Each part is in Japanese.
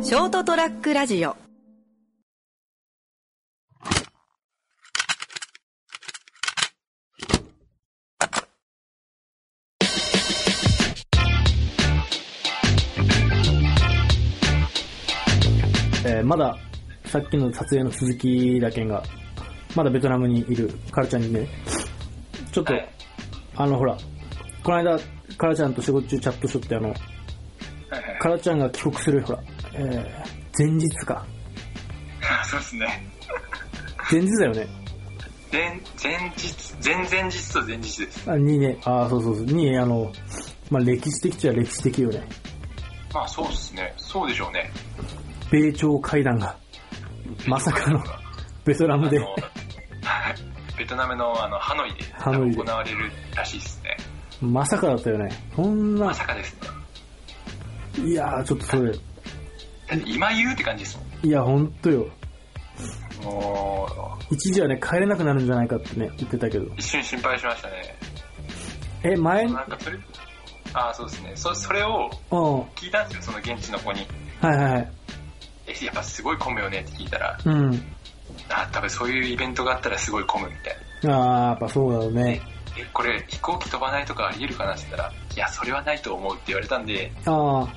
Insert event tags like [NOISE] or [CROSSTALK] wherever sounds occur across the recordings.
ショートトラックラジオえーまださっきの撮影の続きだけんが、まだベトナムにいるカラちゃんにね、ちょっと、はいあのほら、この間、カラちゃんと仕事中チャットしとって、あの、はいはいカラちゃんが帰国する、ほら、えー、前日か。はい。 [LAUGHS] そうですね。前日だよね。前、前日、前々日と前日です。あにね、あーそうそうそう、にね、あの、まあ、歴史的っちゃ歴史的よね。まあそうですね。そうでしょうね。米朝会談が、まさかの [LAUGHS] ベトナあムで、のはいベトナムのあのハノイでハノイで行われるらしいですね。まさかだったよね。そんなま、さかですね。いやー、ちょっとそれ、だって今言うって感じですいや、ほんとよ。もん。も一時はね、帰れなくなるんじゃないかってね、言ってたけど。う、一瞬心配しましたね。え、前、うん。なんかそれ、ああ、そうですね。そそれをは聞いたんですよ、その現地の子に。いはいはい。え、やっぱすごい混むよねって聞いたら、うん。あ多分そういうイベントがあったらすごい混むみたいな。あー、やっぱそうだろうね。え、これ飛行機飛ばないとかあり得るかなって言ったら、いや、それはないと思うって言われたんで、あー、ま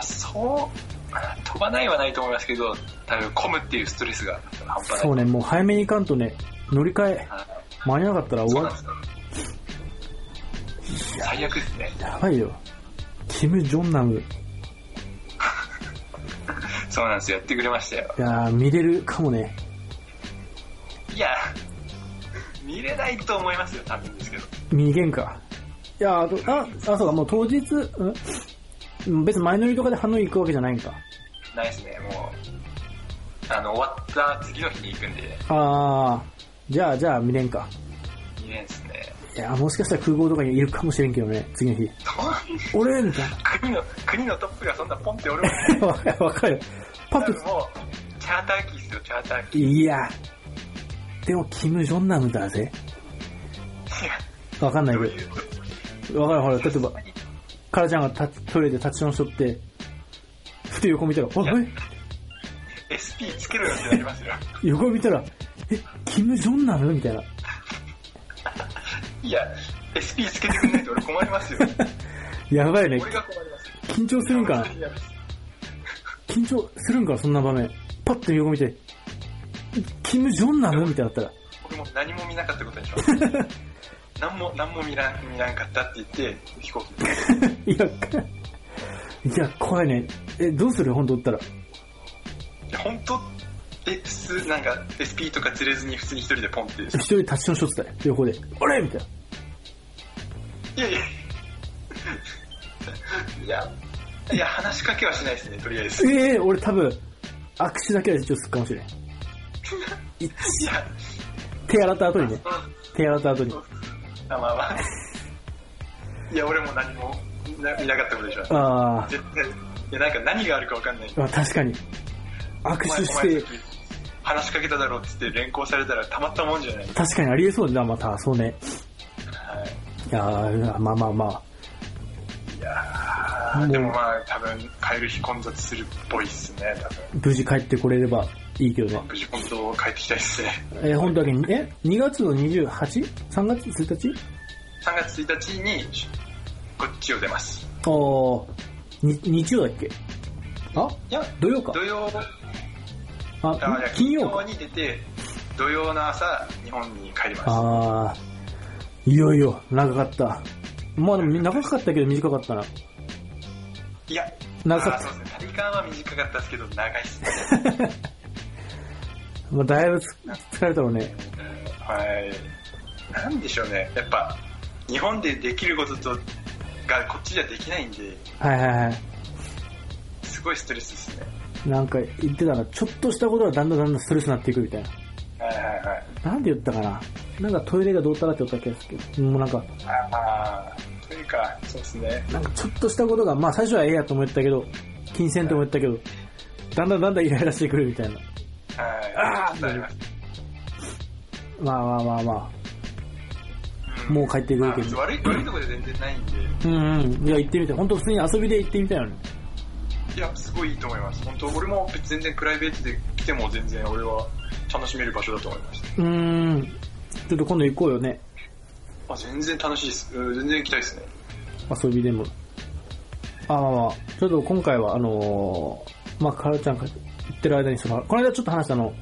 あ、そう、まあ飛ばないはないと思いますけど、多分混むっていうストレスが半端ない。そうね、もう早めに行かんとね、乗り換え、あ間に合わなかったら終そうなわんですよ。最悪ですね。る。やばいよ。キム・ジョンナム。そうなんですよ。やってくれましたよ。いやー、見れるかもね。いや、見れないと思いますよ、多分ですけど。見げんか。いやー、あと、あ、あ、そうか、もう当日、うん別に前乗りとかでハノイ行くわけじゃないんか。ないですね、もう。あの、終わった次の日に行くんで、あー、じゃあ、じゃあ見れんか。見れんですね。いやー、もしかしたら空港とかにいるかもしれんけどね、次の日。俺みたい国の、国のトップがそんなポンっておるもんね。な。わかる、わかる。パ多ッと分もう、チャーター機ですよ、チャーター機。いや、でも、キム・ジョンナムだぜ。いや、わかんないどうけいうことど。わかる、ほら、例えば、カラちゃんが立つトイレで立ち直しとって、ふと横見たら、あ、え SP つけろよってなりますよ。横見たら、え、キム・ジョンナムみたいな。いや、SP つけてくれないと俺困りますよ。やばいね。俺が困りますよ。緊張するんかな本当に嫌です緊張するんかなそんな場面。パッと横見て、キム・ジョンナムみたいになったら、僕も何も見なかったことにします。何も、何も見らん、見らんかったって言って、飛行機に。いや、いや、怖いね。え、どうする本当おったら。いや、本当え、普通、なんか、SP とか釣れずに普通に一人でポンって。い一人立ち直しとってたよ。横で。あれみたいな。やいや。いや、いや、話しかけはしないですね、とりあえず。いええ俺多分、握手だけは一応するかもしれん。や、手洗った後にね。手洗った後に。あ、まあまあ。いや、俺も何もな見なかったことでしょ。あ絶対、いや、なんか何があるかわかんない。あ、確かに。握お手前おし前てさっ、き話しかけただろうって言って連行されたらたまったもんじゃない。確かにありえそうだな、また。そうね。はいいやーまあまあまいやもーうでもまあ、多分、帰る日混雑するっぽいっすね、多あ、無事帰ってこれればいいけどね分。。無事本当帰ってきたいっすね。えー、本当だけに、え ?2 月の 28?3 月1日3月1日に、こっちを出ます。あー、に、日曜だっけあいや、土曜か土。曜、ああいや、金曜か。に出て、土曜の朝、日本に帰りまあー、いよいよ、長かった。まあでも長かったけど短かったな。す。いや、長かったあーそうですね。体感は短かったですけど、長いっすね。まあ、だいぶつ疲れたろうね。はい。なんでしょうね。やっぱ、日本でできることと、がこっちじゃできないんで、はいはいはすごいストレスですね。い。なんか言ってたな、ちょっとしたことがだんだんだんだんストレスになっていくみたいな。はいはいはい。なんで言ったかななんかトイレがどうたらって言った気がするけど、もうなんか、ああ、というか、そうですね。なんかちょっとしたことが、まあ最初はええやと思ったけど、金銭と思ったけど、だんだんだんだんイライラしてくるみたいな。はい。あーちょっとあります。まあまあまあまあ、もう帰ってくまるあけ別にど。悪い、悪いところで全然ないんで。うんうん。いや、行ってみて。本当普通に遊びで行ってみたいのに。いや、すごいいいと思います。本当、俺も全然プライベートで来ても全然俺は楽しめる場所だと思いました。うーん。ちょっと今度行こうよね。あ、全然楽しいです。うん全然行きたいですね。遊びでも。あ、まあまあ、ちょっと今回は、あのーまあ、カルちゃんが言ってる間に、その、この間ちょっと話したあの、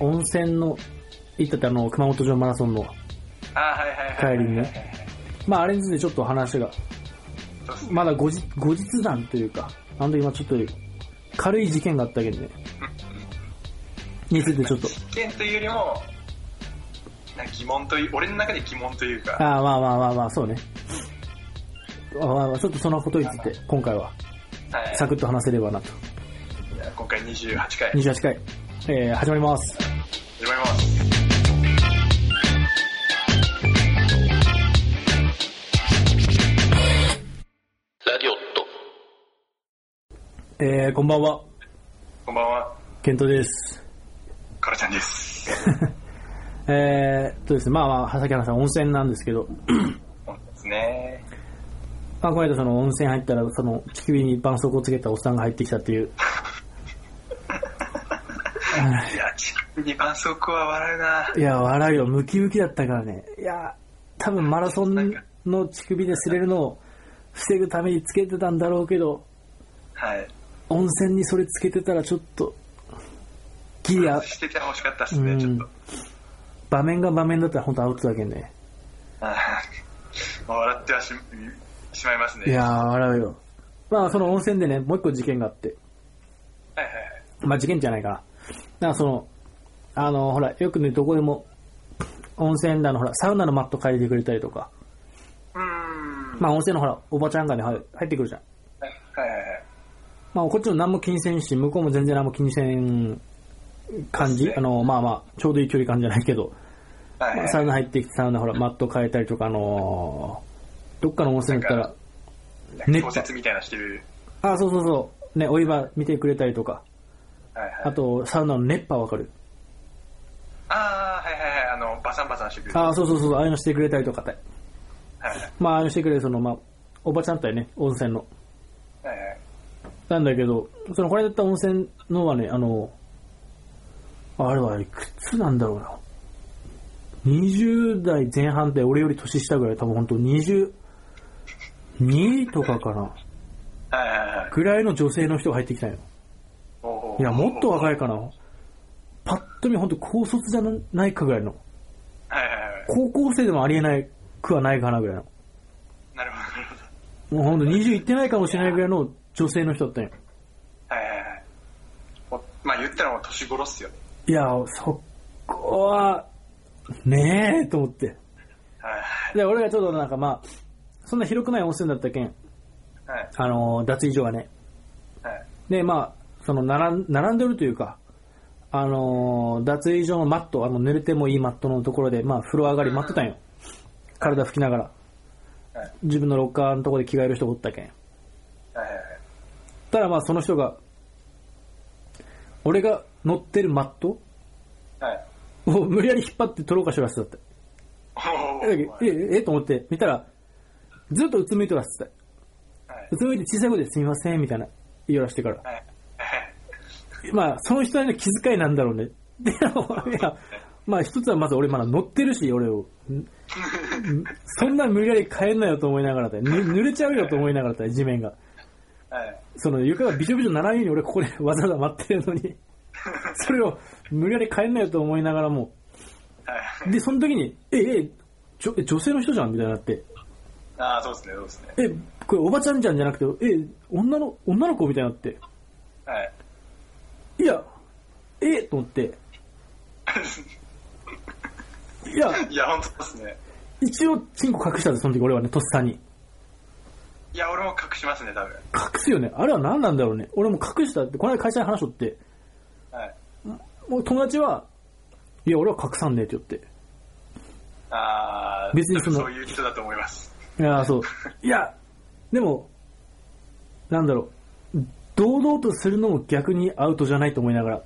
温泉の、行ってたあの、熊本城マラソンの、あ、はいはいはい。帰りにね。まあ、あれについてちょっと話が、そうっすねまだ後日、後日談というか、あの時今ちょっと、軽い事件があったわけどね。についてちょっと、実験というよりも、なんか疑問という、俺の中で疑問というか、ああ、まあまあまあまあ、そうね。あまあまあちょっとそのことについて、今回は、はいサクッと話せればなと。いや今回28回始28回、えー、始まります。まります。えー、こんばんは、こんばんは、ケントです。カラちゃんです。えー、っとですね、まあまあ、さっき話した温泉なんですけど、そうですね。まあ、この間その温泉入ったら、その、乳首に絆創膏をつけたおっさんが入ってきたっていう、いや、ちなみに絆創膏は笑うないや、笑うよ、ムキムキだったからね。いや、多分マラソンの乳首で擦れるのを防ぐためにつけてたんだろうけど、はい。温泉にそれつけてたらちょっと、ギリあ、してて欲しかったですね、うんちょっと。場面が場面だったら本当アウトだけどね。あーまあ笑ってはししまいますね。いやー、笑うよ。まあ、その温泉でね、もう一個事件があって。はいはいはい。まあ、事件じゃないかな。だからその、あの、ほら、よくね、どこでも、温泉だの、ほら、サウナのマット借りてくれたりとか、うーん。まあ、温泉のほら、おばちゃんがね、入入ってくるじゃん。はいはいはい。まあ、こっちも何も気にせんし、向こうも全然何も気にせん感じ。あの、まあまあ、ちょうどいい距離感じゃないけど、はいまはあいサウナ入ってきて、サウナほら、マット変えたりとか、あのーどっかの温泉行ったら、なんか小説みたいなのしてる。あ、そうそうそう、ね、お湯場見てくれたりとか、はいはい。あと、サウナの熱波わかるああ、はいはいはい。あの、バサンバサンしてくれる。はあ、そうそうそう、ああいうのしてくれたりとかって。いはいまあ、ああいうのしてくれる、その、まあ、おばちゃんだよね、温泉の。はいはい。なんだけど、その、これだった温泉のはね、あの、あれはいくつなんだろうな。20代前半で俺より年下ぐらい、多分本当22とかかな。はいはいはい。ぐらいの女性の人が入ってきたんよ。おーいや、もっと若いかな。パッと見本当高卒じゃないかぐらいの。はいはいはい。高校生でもありえないくはないかなぐらいの。なるほど、なるほど。もうほんと20いってないかもしれないぐらいの女性の人だったんよ。はいはいはい。おまあ言ったらもう年頃っすよね。いや、そこは、ねえと思って。はいで、俺がちょっとなんかまあ、そんな広くない温泉だったけん、はい。はいあのー脱衣所がね。はい。で、まあ、その、並ん並んでるというか、あのー脱衣所のマット、あの、濡れてもいいマットのところで、まあ、風呂上がり待ってたんよ。体拭きながらはい。自分のロッカーのところで着替える人おったけん。はいはいたらまあ、その人が、俺が乗ってるマットはい。はい。を無理やり引っ張って取ろうかしらしてたって。おえー、はいえ、えと思って、見たら、ずっとうつむいとらしてた。はうつむいて小さい声ですみません、みたいな言いよらしてから。い。はい。まあ、その人なりの気遣いなんだろうね。 [LAUGHS] で、いや、まあ一つはまず俺まだ乗ってるし、俺を。んそんな無理やり帰んなよと思いながらだよ。ぬ濡れちゃうよと思いながらだよ、地面が。はい。その床がびちょびちょにならんように俺ここでわざわざ待ってるのに。それを無理やり帰んなよと思いながらも。はい。で、その時に、え、え、ちょえ女性の人じゃんみたいになって。ああ、そうですね、そうですね。え、これおばちゃんじゃんじゃなくて、え、女の、女の子みたいになって。はい。いや、えと思って。いや、いや、本当ですね。一応、チンコ隠したんです、その時俺はね、とっさに。いや、俺も隠しますね、多分。隠すよね。あれは何なんだろうね。俺も隠したって、この間会社に話しとって、はい。もう友達は、いや、俺は隠さんねえって言って。ああ、別にそのそういう人だと思います。いやー、そう。いや、でも、なんだろう。堂々とするのも逆にアウトじゃないと思いなが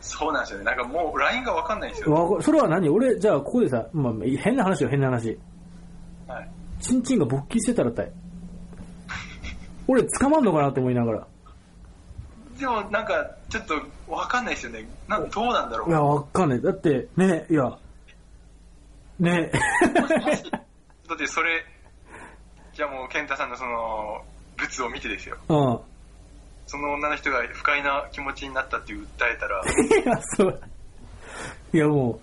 そうなんですよね。なんかもう、ラインがわかんないんですら。よ。わそれは何俺、じゃあ、ここでさ、まあ、変な話よ、変な話。はい。チンチンが勃起してたらたい。俺捕まんのかなと思いながら。でもなんか、ちょっとわかんないですよね。なんどうなんだろ。いうや、わかんない。だって、ね、いや、ね、だってそれ、じゃあもう健太さんのその、ブツを見てですよ。 [LAUGHS] うん。その女の人が不快な気持ちになったって訴えたら、 [LAUGHS] いや、そう。いや、も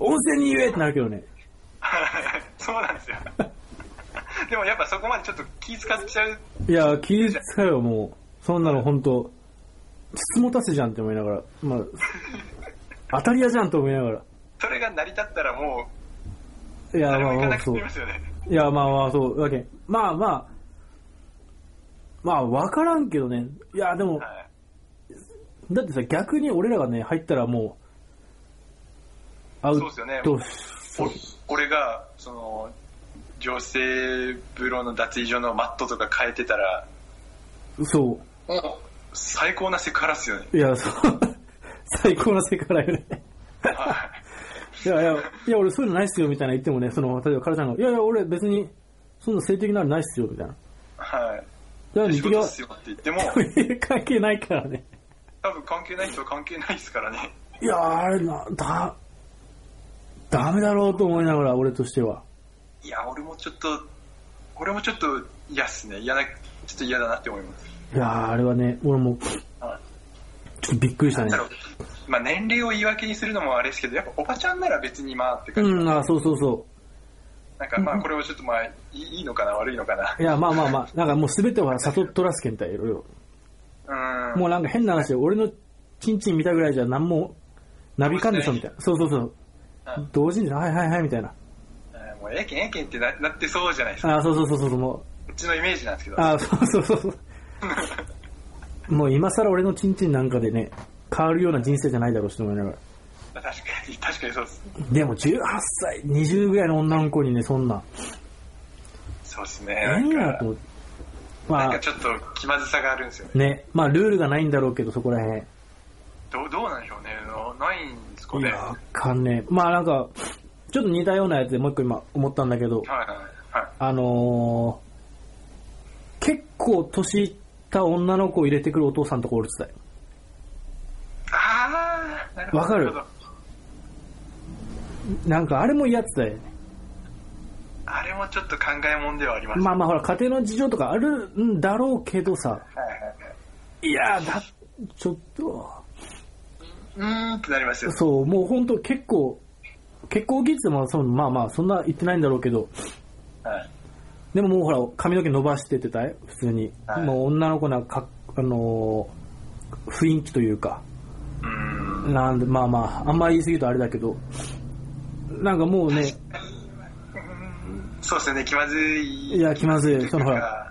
う、温泉に言えってなるけどね。そうなんですよ。 [LAUGHS] でもやっぱそこまでちょっと気使っちゃう。いや、気遣いはもう、そんなの本当質もたせじゃんって思いながら、 [LAUGHS] まあ、当たり屋じゃんと思いながら。それが成り立ったらもう、いや、誰まもあ行かまなあ、くそなう。りますよね。いや、まあまあ、そう。だけんまあまあ、まあ、わからんけどね。いや、でも、はい。だってさ、逆に俺らがね、入ったらもう、アウそうですよねト、お俺が、その、女性風呂の脱衣所のマットとか変えてたら、そもう最高なセクハラっすよね。う。いや、そう。最高の世界よね。はいいやいや、いや俺そういうのないっすよみたいな言ってもね、その、例えばカラちゃんが、いやいや、俺別に、そんな性的なのないっすよみたいな。はい。だ [LAUGHS] から、仕肉事がっすよって言っても、関係ないからね。多分関係ない人は関係ないですからね。いやあれな、だ、ダメだろうと思いながら、俺としては。いや、俺もちょっと、俺もちょっと嫌っすね。嫌な、ちょっと嫌だなって思います。いやああれはね、俺も、はちょっとびっくりしたい。ねだ。ろうまあ年齢を言い訳にするのもあれですけど、やっぱおばちゃんなら別にまあって感じ。うん、あそうそうそなんかまあこれをちょっとまあいいいいのかな、悪いのかなう。い。や、まあまあまあ、なんかもうすべては悟っとらすけんたい、いろいろ。うん。もうなんか変な話で、俺のチンチン見たぐらいじゃ何も、なびかんでしょみたいな。そうそうそううん。同時に、はいはいはいみたいな。えーもうええけんええけんってななってそうじゃないですか。あそうそうそうそうそう、もう。うちのイメージなんですけ [LAUGHS] ど。あそうそうそうそう。もう今更俺のチンチンなんかでね、変わるような人生じゃないだろうしと思いながら。確かに、確かにそうです。でも18歳、20ぐらいの女の子にね、そんな。そうですね。な何んやなかと、思って。なんまかちょっと気まずさがあるんですよね。あ、ね、まあルールがないんだろうけど、そこら辺。どうどうなんでしょうね。なないんですかいね。や、はわかんねえ。まあなんか、ちょっと似たようなやつでもう一個今思ったんだけどい、はいはい。あのー、結構年いった女の子を入れてくるお父さんとこおるってたよ。ああ、なるほど。わかるなほどなんかあれも嫌ってたよ。あれもちょっと考えもんではあります。まあまあほら、家庭の事情とかあるんだろうけどさ、はいはいはいいやーだ、ちょっと、うーんってなりますよ。そう、もう本当結構、結構大きいって言っても、そのまあまあ、そんな言ってないんだろうけど、はい。でももうほら、髪の毛伸ばしてってたよ、普通に。はいもう女の子なんかか、あのー雰囲気というか、うーん。なんで、まあまあ、あんま言い過ぎるとあれだけど、なんかもうね、そうですよね、気まずい。いや、気まずい。とそいのうほら、か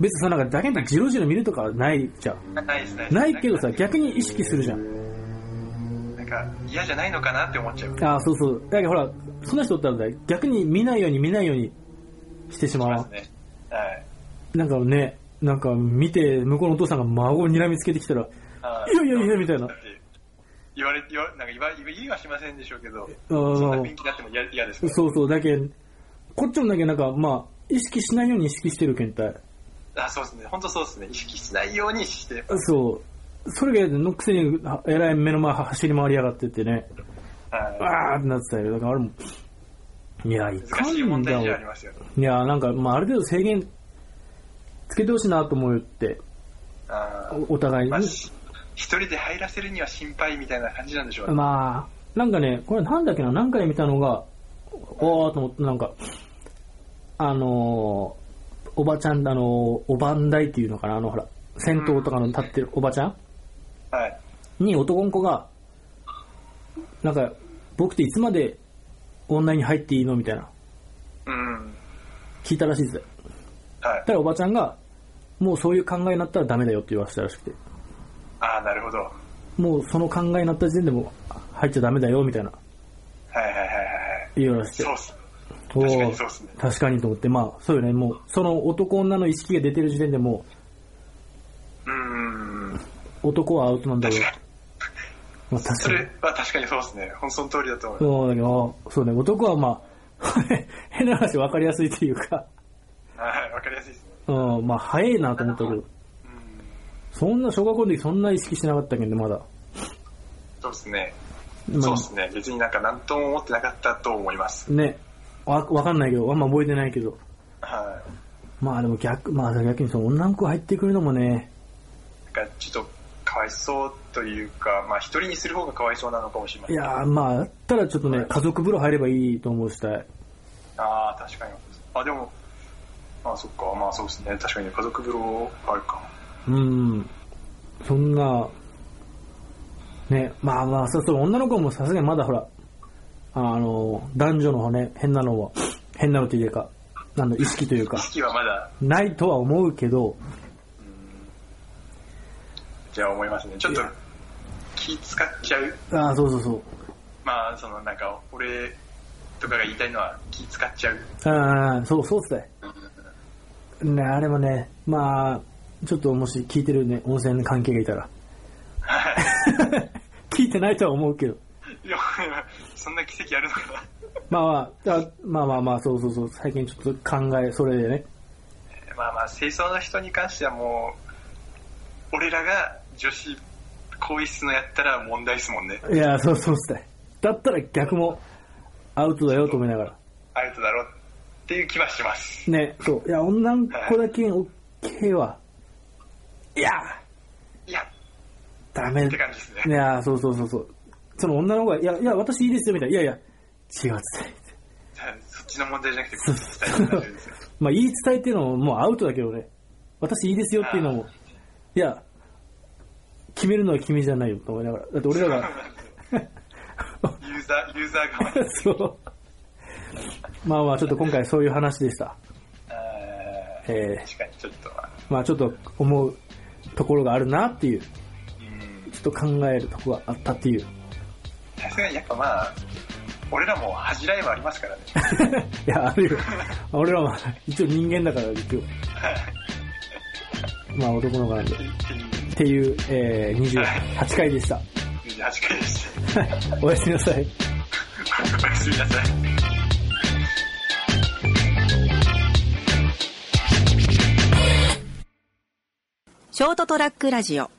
別にそのなんか、だけなんかじろじろ見るとかはないじゃん。ないですね。ないけどさ、逆に意識するじゃん。なんか、嫌じゃないのかなって思っちゃう。ああ、そうそう。だけどほら、その人おったらさ逆に見ないように見ないようにしてしままうす。ね。はい。なんかね、なんか見て、向こうのお父さんが孫を睨みつけてきたら、あーいやいやいやみたいなだって言われて、言わなんか言わ言いはしませんでしょうけど、あーそんな雰囲気になっても嫌嫌ですからそうそう、だけんこっちもだけなんか、まあ、意識しないように意識してるけんたい。あ、そうですね。本当そうですね。意識しないようにして。そう。それが嫌で、のくせに、あえらい目の前走り回りやがってってね、はわーってなってたよ。だから俺も、いや、いい。か難しい問んだ題もじんゃありますよね。いや、なんか、まあ、ある程度制限つけてほしいなと思うよって、あーおお互いにまあ、。し一人で入らせるには心配みたいな感じなんでしょうね。まあ、なんかね、これなんだっけな、何回見たのが、おーと思って、なんか、あのーおばちゃん、あのーおばんだいっていうのかな、あの、ほら、戦闘とかの立ってるおばちゃんはい。に男の子が、なんか、僕っていつまで女に入っていいのみたいな、うん。聞いたらしいですよ。はいた。らおばちゃんが、もうそういう考えになったらダメだよって言わせたらしくて、ああ、なるほど。はいもうその考えになった時点でもう入っちゃダメだよみたいな、はいはいはいはい。言われてそう。っす。お確かーにそうっすね。確かにと思って、まあ、そうよね、もう、その男女の意識が出てる時点でもうーん。う、男はアウトなんだろう確かに。まあ、確そかにれ。は確かにそうっすね。ほんその通りだと思う。そうだけど、そう [LAUGHS] ね、男はまあ、変な話分かりやすいっていうか、はい、わかりやすいですね。うん、まあ早いなと思ったけど、うん、そんな小学校の時そんな意識しなかったけど、まだ。そうですね。まあそうですね。別になんか何とも思ってなかったと思います。ね。わ、わかんないけど、あんま覚えてないけど。はまあでも逆、まあ逆にその女の子が入ってくるのもね、い。なんかちょっと、かわいそうというか、まあ一人にする方がかわいそうなのかもしれまいせん。やーまあ、だったらちょっとね、家族風呂入ればいいと思うしたい。ああ、確かに。あ、でも、まあそっか、まあそうですね。確かに家族風呂あるか。うん。そんな、ね、まあまあ、そうそう、女の子もさすがにまだほら、あの、男女のね、変なのは、変なのというか、なんだ、意識というか意、識はまだ、ないとは思うけど、じゃあ思いますね。ちょっと気使っちゃう。ああ、そうそうそう。まあそのなんか、俺とかが言いたいのは気使っちゃう。 [LAUGHS] ああ、そう、そうっすね。ね、あれもね、まあ、ちょっともし聞いてるね、温泉関係がいたら。 [LAUGHS] 聞いてないとは思うけど。いや、そんな奇跡あるのかな。まあまあ、あまあまあまあ、そうそうそう、最近ちょっと考え、それでね。まあまあ、清掃の人に関してはもう、俺らが女子更衣室のやったら問題ですもんね。いや、そうそうっすね。だったら逆もアウトだよと思いながら。アウトだろっていう気はします。ね、そう。いや、女の子だけ OK は、いや、いや、ダメ。ってい感じですね。や、そうそうそうそう。その女の子が、いや、いや、私いいですよ、みたいな。いやいや、違うっつって。そっちの問題じゃなくて、こっち伝えになるんですよ。まあ、言い伝えっていうのももうアウトだけどね。私いいですよっていうのも、いや、決めるのは君じゃないよと思いながら。だって俺らが、 [LAUGHS] ユーザー、ユーザー側に。そう。まあまあ、ちょっと今回そういう話でした。あーえ確かに、ちょっとは。ーまあちょっと思うところがあるなっていう、ちうんょっと考えるところがあったっていう。 [LAUGHS] さすがにやっぱまあ、俺らも恥じらいはありますからね。いや、あるよ。俺らは一応人間だから、一応。まあ男の子なんで。っっていていうう、えー、28回でした。 28回でしおやすみなさい。た。おやすみなさい。ショートトラックラジオ